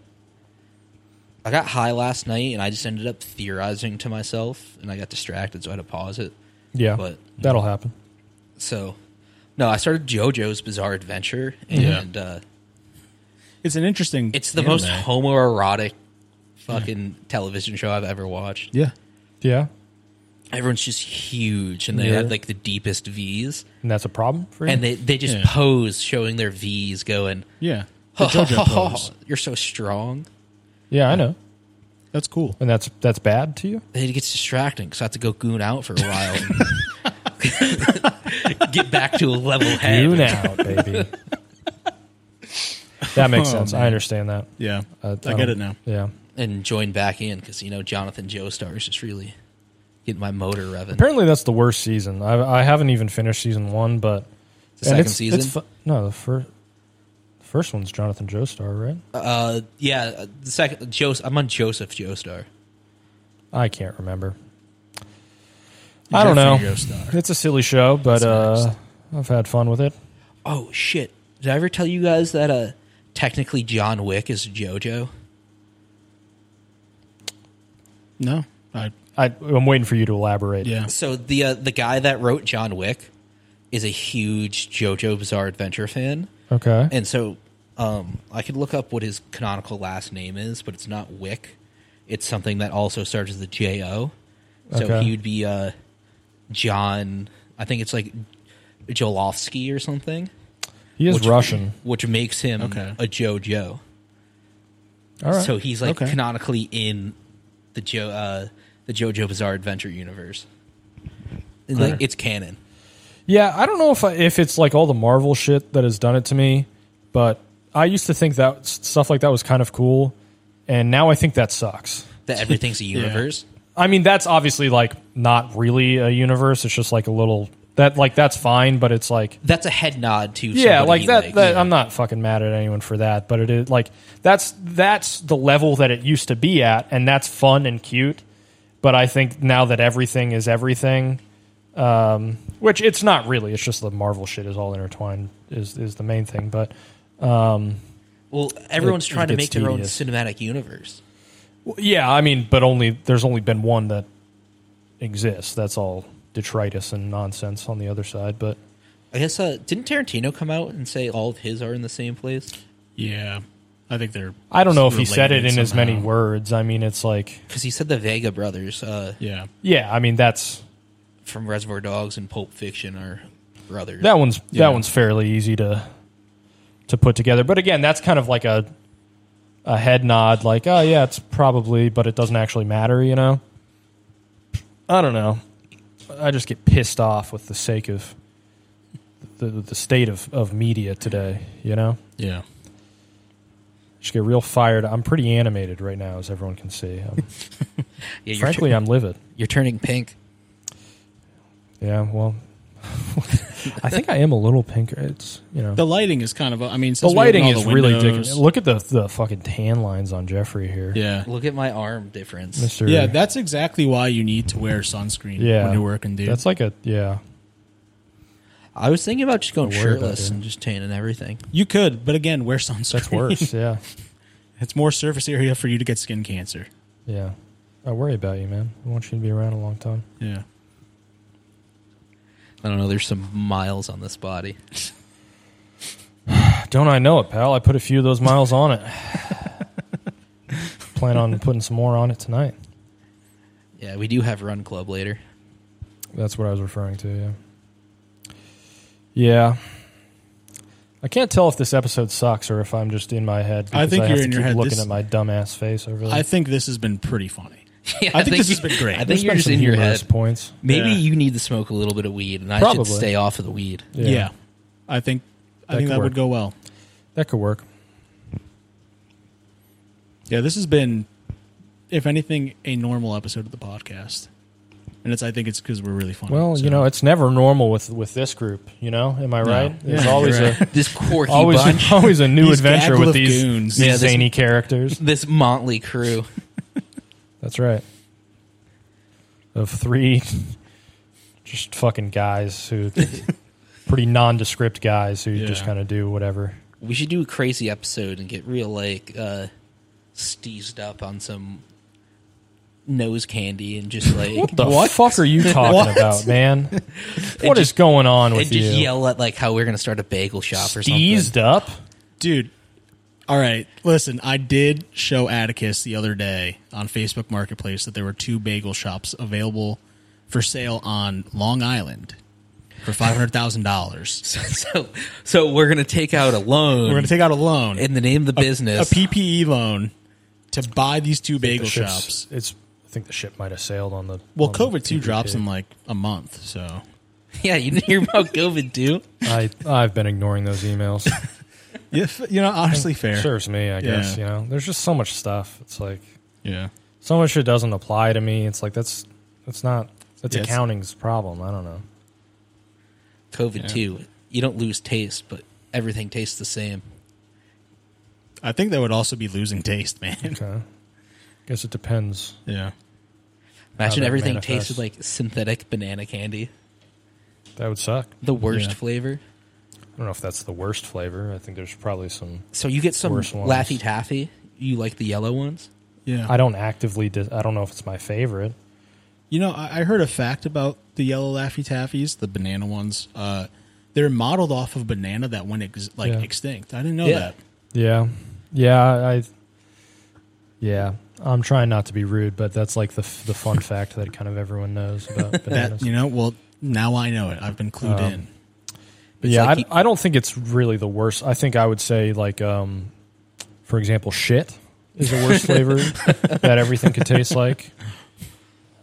I got high last night and I just ended up theorizing to myself and I got distracted so I had to pause it. Yeah, But- that'll happen. So no, I started JoJo's Bizarre Adventure Yeah. and uh It's an interesting. it's the anime. most homoerotic fucking television show I've ever watched. Yeah, Yeah, Everyone's just huge and they Yeah. have like the deepest V's and that's a problem for you. and they they just Yeah. pose showing their V's going yeah. The JoJo pose. You're so strong. yeah, I know, That's cool. and that's that's bad to you. It gets distracting because I have to go goon out for a while. and Get back to a level head. You now, baby. That makes Oh, sense. I man. understand that. Yeah, Uh, I get don't- it now. Yeah. And join back in because, you know, Jonathan Joestar is just really getting my motor revving. Apparently, that's the worst season. I, I haven't even finished season one, but The second it's- season? it's fu- no, the first. The first one's Jonathan Joestar, right? uh, yeah, uh, the second, Jos- I'm on Joseph Joestar. I can't remember. I don't know. Jeffrey Joestar. It's a silly show, but uh, I've had fun with it. Oh, shit. Did I ever tell you guys that uh, technically John Wick is JoJo? No, I I, I'm waiting for you to elaborate. yeah. So the uh, the guy that wrote John Wick is a huge JoJo Bizarre Adventure fan. Okay. And so um, I could look up what his canonical last name is, but it's not Wick. It's something that also starts with a J O. So Okay. he would be uh, John. I think it's like Jolovsky or something, he is which- Russian. which makes him Okay. a JoJo. All right. So he's like Okay. canonically in the Jo uh, the JoJo Bizarre Adventure universe. And, Like Okay. it's canon. yeah, I don't know if I, if it's like all the Marvel shit that has done it to me, but I used to think that s- stuff like that was kind of cool, and now I think that sucks. That everything's a universe. I mean, that's obviously like not really a universe. It's just like a little that like that's fine, but it's like That's a head nod to yeah, somebody like he that. likes. that I'm not fucking mad at anyone for that, but it is like that's that's the level that it used to be at, and that's fun and cute. But I think now that everything is everything, um, which it's not really. It's just the Marvel shit is all intertwined is is the main thing. But Well, everyone's it trying to gets make their own tedious. cinematic universe. well, yeah, I mean, but only there's only been one that exists. That's all detritus and nonsense on the other side. But I guess uh, didn't Tarantino come out and say all of his are in the same place? Yeah, I think they're. I don't know if he said it in related as many somehow. words. I mean, it's like Because he said the Vega brothers uh, Yeah, yeah, I mean that's from Reservoir Dogs and Pulp Fiction are brothers. that one's Yeah. that one's fairly easy to to put together. But again, that's kind of like a a head nod, like oh yeah, it's probably, but it doesn't actually matter, you know. I don't know. I just get pissed off with the sake of the the state of of media today, you know. yeah. Just get real fired. I'm pretty animated right now, as everyone can see. I'm, yeah, you're, frankly, tu- I'm livid. you're turning pink. Yeah, well, I think I am a little pinker. It's you know The lighting is kind of. I mean, the since we lighting opened all is the really windows- ridiculous. Look at the the fucking tan lines on Jeffrey here. Yeah, Look at my arm difference. Mister. yeah. That's exactly why you need to wear sunscreen Yeah. when you're working, dude. that's like a yeah. I was thinking about just going Don't worry about shirtless it. and just tanning everything. you could, but again, wear sunscreen. That's worse. yeah, It's more surface area for you to get skin cancer. yeah. I worry about you, man. I want you to be around a long time. Yeah. I don't know. There's some miles on this body. Don't I know it, pal? I put a few of those miles on it. Plan on putting some more on it tonight. Yeah, we do have Run Club later. That's what I was referring to. Yeah. Yeah. I can't tell if this episode sucks or if I'm just in my head. I because think have you're to in your keep head. Looking This- at my dumbass face over there. I think this has been pretty funny. Yeah, I think this has you- been great. I think There's you're been just some in your humorous head. Points. Maybe Yeah. you need to smoke a little bit of weed, and I Probably. should stay off of the weed. Yeah. I think I That think could that work. would go well. That could work. Yeah, this has been if anything a normal episode of the podcast. And it's I think it's cuz we're really funny. Well, so- you know, it's never normal with with this group. You know, am I right? It's Yeah, always you're a This quirky always bunch, always a new These adventure gaggle with of these, goons. these Yeah, this- zany characters. this motley crew. That's right. Of three, just fucking guys who, pretty nondescript guys who just Yeah. kind of do whatever. We should do a crazy episode and get real like uh steezed up on some nose candy and just like What the fuck are you talking What? about, man? What is just- going on with and just you? yell at like how we're gonna start a bagel shop or something. Steezed up? dude. All right, listen. I did show Atticus the other day on Facebook Marketplace that there were two bagel shops available for sale on Long Island for five hundred thousand dollars. So so we're gonna take out a loan We're going to take out a loan, in the name of the a business. PPE loan, to buy these two The bagel ship's- shops. It's. I think the ship might have sailed on the. Well, on the COVID two drops TPP. in like a month, so yeah, you didn't hear about COVID, dude. I I've been ignoring those emails. yeah, you know, Mm, honestly, fair. Serves me, I guess. Yeah. You know, there's just so much stuff. It's like Yeah, so much that doesn't apply to me. It's like that's that's not that's Yeah, it's- accounting's problem. I don't know. COVID too. You don't lose taste, but everything tastes the same. I think that would also be losing taste, man. Okay. Guess it depends. yeah, Imagine that everything manifests. tasted like synthetic banana candy. That would suck. The worst Yeah. flavor. I don't know if that's the worst flavor. I think there's probably some. So you get some Worst ones. Laffy Taffy. You like the yellow ones? yeah. I don't actively. Dis- I don't know if it's my favorite. You know, I, I heard a fact about the yellow Laffy Taffies, the banana ones. Uh, they're modeled off of banana that went ex- like Yeah. extinct. I didn't know Yeah. that. Yeah, yeah, I. Yeah, I'm trying not to be rude, but that's like the f- the fun fact that kind of everyone knows about bananas. That you know, well, now I know it. I've been clued Um, in. But yeah, like I, you- I don't think it's really the worst. I think I would say like, um, for example, shit is the worst flavor that everything could taste like.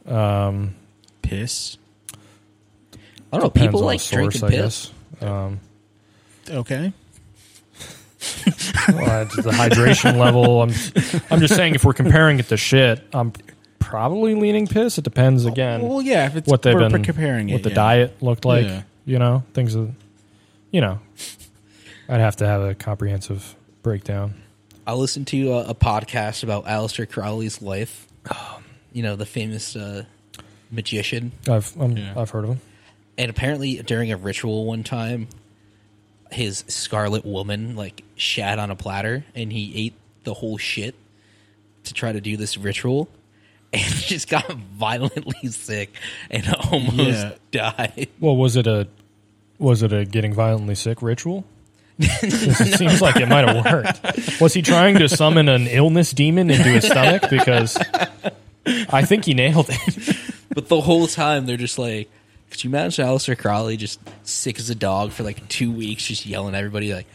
Piss. I don't know. Depends People on like the source, drinking I piss. guess. Um, Okay. well, it's the hydration level. I'm I'm just saying if we're comparing it to shit, I'm probably leaning piss. It depends again well, yeah. If it's what they've we're been comparing it, what the yeah. diet looked like. Yeah. You know things. That, you know, I'd have to have a comprehensive breakdown. I listened to a, a podcast about Aleister Crowley's life. Um, You know, the famous uh, magician. I've um, Yeah. I've heard of them. And apparently, during a ritual one time, his Scarlet Woman like shat on a platter, and he ate the whole shit to try to do this ritual, and just got violently sick and almost died. Well, was it a was it a getting violently sick ritual? 'Cause it seems like it might have worked. Was he trying to summon an illness demon into his stomach? Because I think he nailed it. But the whole time, they're just like, could you imagine Aleister Crowley just sick as a dog for like two weeks, just yelling at everybody, like,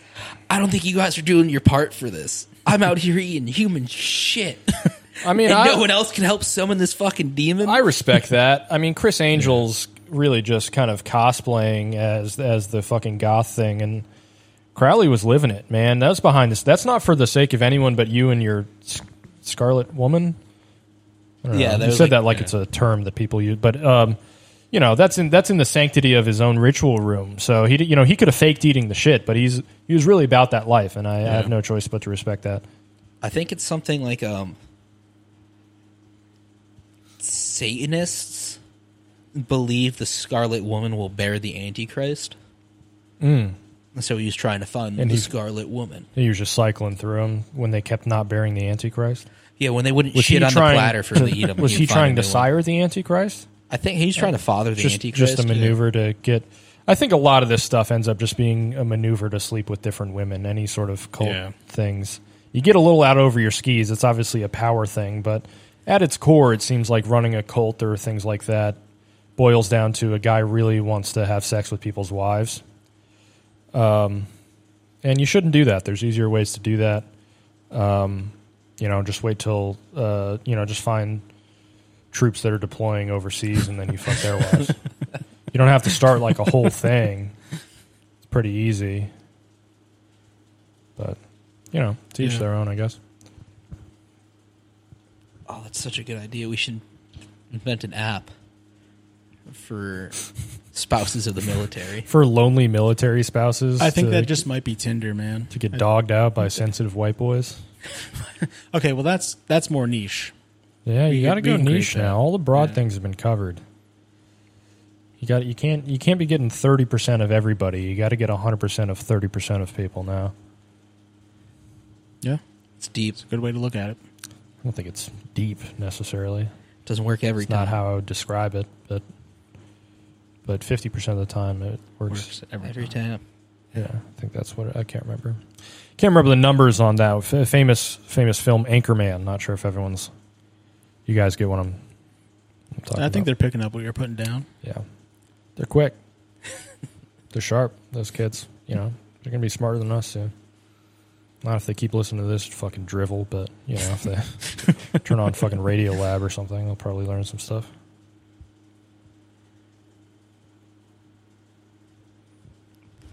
I don't think you guys are doing your part for this. I'm out here eating human shit. I mean, And I, no one else can help summon this fucking demon. I respect that. I mean, Chris Angel's really just kind of cosplaying as as the fucking goth thing, and Crowley was living it, man. That's behind this. That's not for the sake of anyone but you and your sc- Scarlet Woman. I don't Yeah, know. that you was said like- that like it's a term that people use, but um, you know that's in that's in the sanctity of his own ritual room. So he, d- you know, he could have faked eating the shit, but he's he was really about that life, and I, I have no choice but to respect that. I think it's something like um Satanists believe the Scarlet Woman will bear the Antichrist. Mm. So he's trying to find And the he's- Scarlet Woman. He was just cycling through them when they kept not bearing the Antichrist. Yeah, when they wouldn't was shit he on the trying platter for to- him to eat them. Was he trying to sire? sire the Antichrist? I think he's trying to father the Just, Antichrist. just a maneuver to get. I think a lot of this stuff ends up just being a maneuver to sleep with different women. Any sort of cult Yeah. things. You get a little out over your skis. It's obviously a power thing, but at its core, it seems like running a cult or things like that boils down to a guy really wants to have sex with people's wives. Um, and you shouldn't do that. There's easier ways to do that. Um, you know, just wait till uh, you know, just find troops that are deploying overseas, and then you fuck their wives. You don't have to start like a whole thing. It's pretty easy. But, you know, to each Yeah. their own, I guess. Oh, that's such a good idea. We should invent an app for spouses of the military. For lonely military spouses, I think to, that just might be Tinder, man. to get dogged out by sensitive white boys. Okay, well that's that's more niche. Yeah, We you could- got to we go can create niche that. now. All the broad Yeah. things have been covered. You got you can't you can't be getting thirty percent of everybody. You got to get hundred percent of thirty percent of people now. Yeah, It's deep. it's a good way to look at it. I don't think it's deep necessarily. Doesn't work every It's time. not how I would describe it, but but fifty percent of the time it works. Works every, every time. time. Yeah, I think that's what I can't remember. Can't remember the numbers on that F- famous famous film Anchorman. Not sure if everyone's. You guys get what I'm. I'm talking I think about. they're picking up what you're putting down. yeah, they're quick. they're sharp. Those kids, you know, they're gonna be smarter than us soon. Not if they keep listening to this fucking drivel, but you know, if they turn on fucking Radio Lab or something, they'll probably learn some stuff.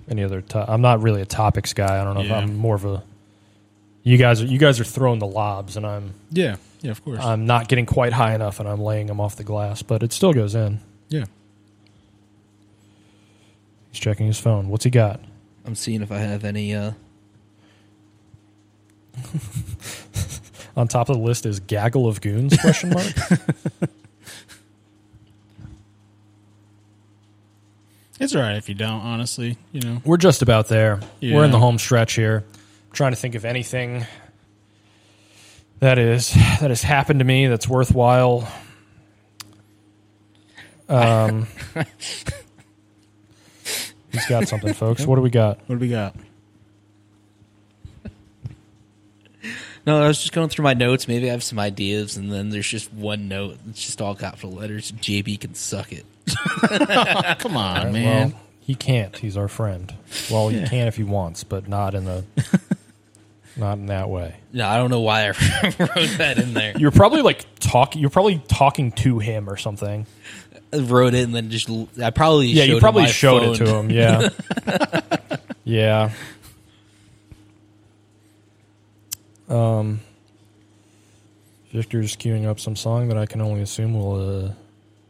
Any other? To- I'm not really a topics guy. I don't know Yeah. if I'm more of a. You guys are you guys are throwing the lobs, and I'm Yeah, yeah, of course. I'm not getting quite high enough, and I'm laying them off the glass, but it still goes in. yeah, He's checking his phone. What's he got? I'm seeing if I have any. Uh, On top of the list is gaggle of goons? Question mark. it's all right if you don't. Honestly, you know, We're just about there. Yeah. We're in the home stretch here. I'm trying to think of anything that is that has happened to me that's worthwhile. Um, he's got something, folks. What do we got? what do we got? no, I was just going through my notes. Maybe I have some ideas, and then there's just one note. It's just all capital letters. JB can suck it. Ah, Come on, All right, man. Well, he can't. He's our friend. Well, he can if he wants, but not in the not in that way. No, I don't know why I wrote that in there. You're probably like talking. You're probably talking to him or something. I wrote it and then just l- I probably Yeah, showed you probably him my showed it phone. to him. Yeah, yeah. Um, Victor's queuing up some song that I can only assume will uh,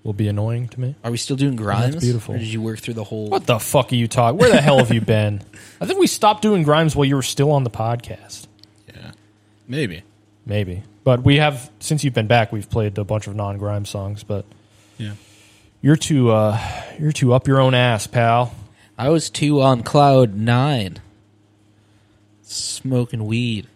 will be annoying to me. Are we still doing grimes? beautiful. Or did you work through the whole? What the fuck are you talking? Where the hell have you been? I think we stopped doing Grimes while you were still on the podcast. Yeah, maybe. Maybe, but we have since you've been back, we've played a bunch of non Grimes songs. But Yeah, you're too uh, you're too up your own ass, pal. I was two on cloud nine, smoking weed.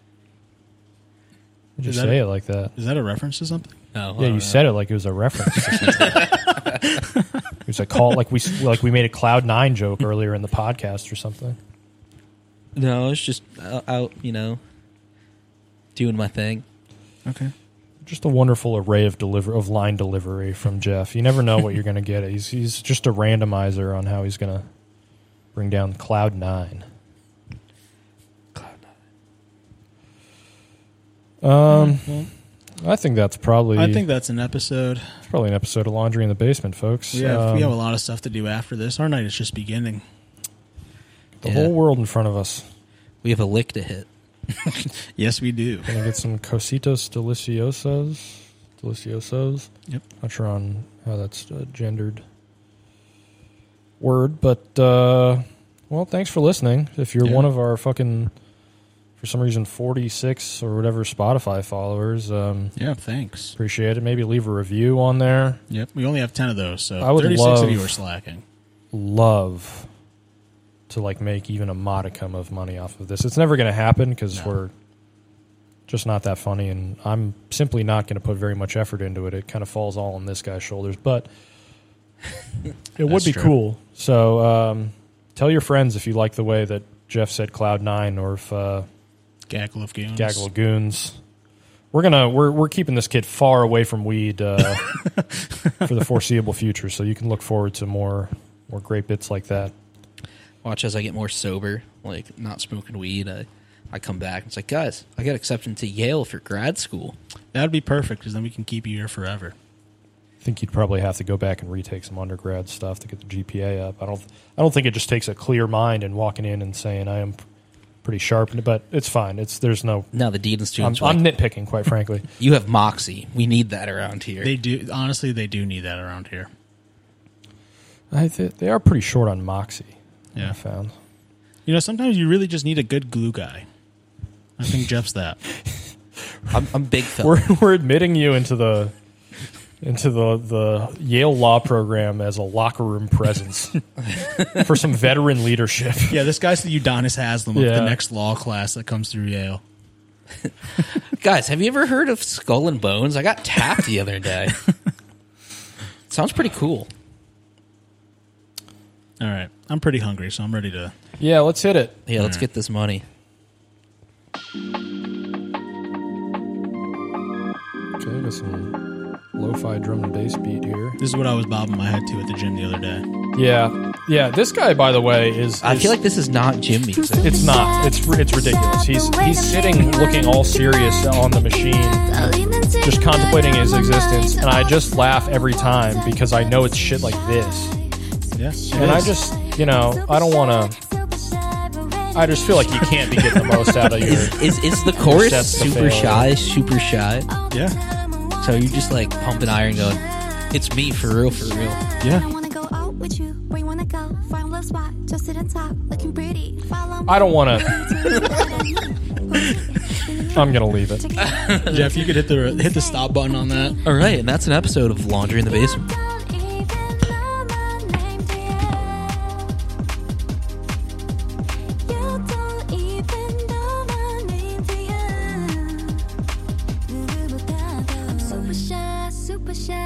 Just that say it like that. is that a reference to something? No, Yeah, you said it like it was a reference. to something. it was a call, like we like we made a Cloud Nine joke earlier in the podcast or something. no. It's just out, out, you know, doing my thing. Okay. Just a wonderful array of deliver of line delivery from Jeff. You never know what you're going to get. He's he's just a randomizer on how he's going to bring down Cloud Nine. Cloud Um, I think that's probably Mm-hmm. I think that's an episode. that's probably an episode of Laundry in the Basement, folks. We have, Um, we have a lot of stuff to do after this. Our night is just beginning. the Yeah. whole world in front of us. We have a lick to hit. Yes, we do. Gonna get some cositas deliciosos, deliciosos. Yep. Not sure on how that's a gendered word, but uh, well, thanks for listening. If you're Yeah. one of our fucking, for some reason, 46 or whatever Spotify followers, um, Yeah, thanks. appreciate it. Maybe leave a review on there. Yep, we only have ten of those, so I would thirty-six love- of you are slacking. Love to like make even a modicum of money off of this. It's never going to happen because No. we're just not that funny, and I'm simply not going to put very much effort into it. It kind of falls all on this guy's shoulders, but it would That's be true. cool. So um, tell your friends if you like the way that Jeff said Cloud Nine, or if uh, Gaggle of goons. Gaggle of Goons. We're gonna we're we're keeping this kid far away from weed uh, for the foreseeable future, so you can look forward to more more great bits like that. Watch as I get more sober, like not smoking weed. I, I come back. and It's like, guys, I got accepted to Yale for grad school. That would be perfect because then we can keep you here forever. I think you'd probably have to go back and retake some undergrad stuff to get the GPA up. I don't I don't think it just takes a clear mind and walking in and saying I am p- pretty sharp, but it's fine. It's there's no Now the dean and I'm, students are I'm like, nitpicking quite frankly. you have moxie. We need that around here. They do honestly, they do need that around here. I th- they are pretty short on moxie. Yeah. I found. You know, sometimes you really just need a good glue guy. I think Jeff's that. I'm, I'm big fella. We're we're admitting you into the into the the Yale law program as a locker room presence for some veteran leadership. Yeah, this guy's the Udonis Haslam of Yeah. the next law class that comes through Yale. Guys, have you ever heard of Skull and Bones? I got tapped the other day. Sounds pretty cool. All right. I'm pretty hungry, so I'm ready to. Yeah, let's hit it. Yeah, let's get this money. Okay, got some lo-fi drum and bass beat here. This is what I was bobbing my head to at the gym the other day. Yeah, yeah. This guy, by the way, is. I is- feel like this is not gym music. it's not. It's it's ridiculous. He's he's sitting, looking all serious on the machine. just contemplating his existence, and I just laugh every time because I know it's shit like this. Yeah. And I just, you know, I don't want to. I just feel like you can't be getting the most out of your. Is is the chorus That's the super fail. shy, super shy? Yeah. So you're just like pumping iron, going, "It's me for real, for real." Yeah. I don't want to. to. I'm gonna leave it. Jeff, you could hit the hit the stop button on that. All right, and that's an episode of Laundry in the Basement. Super shy,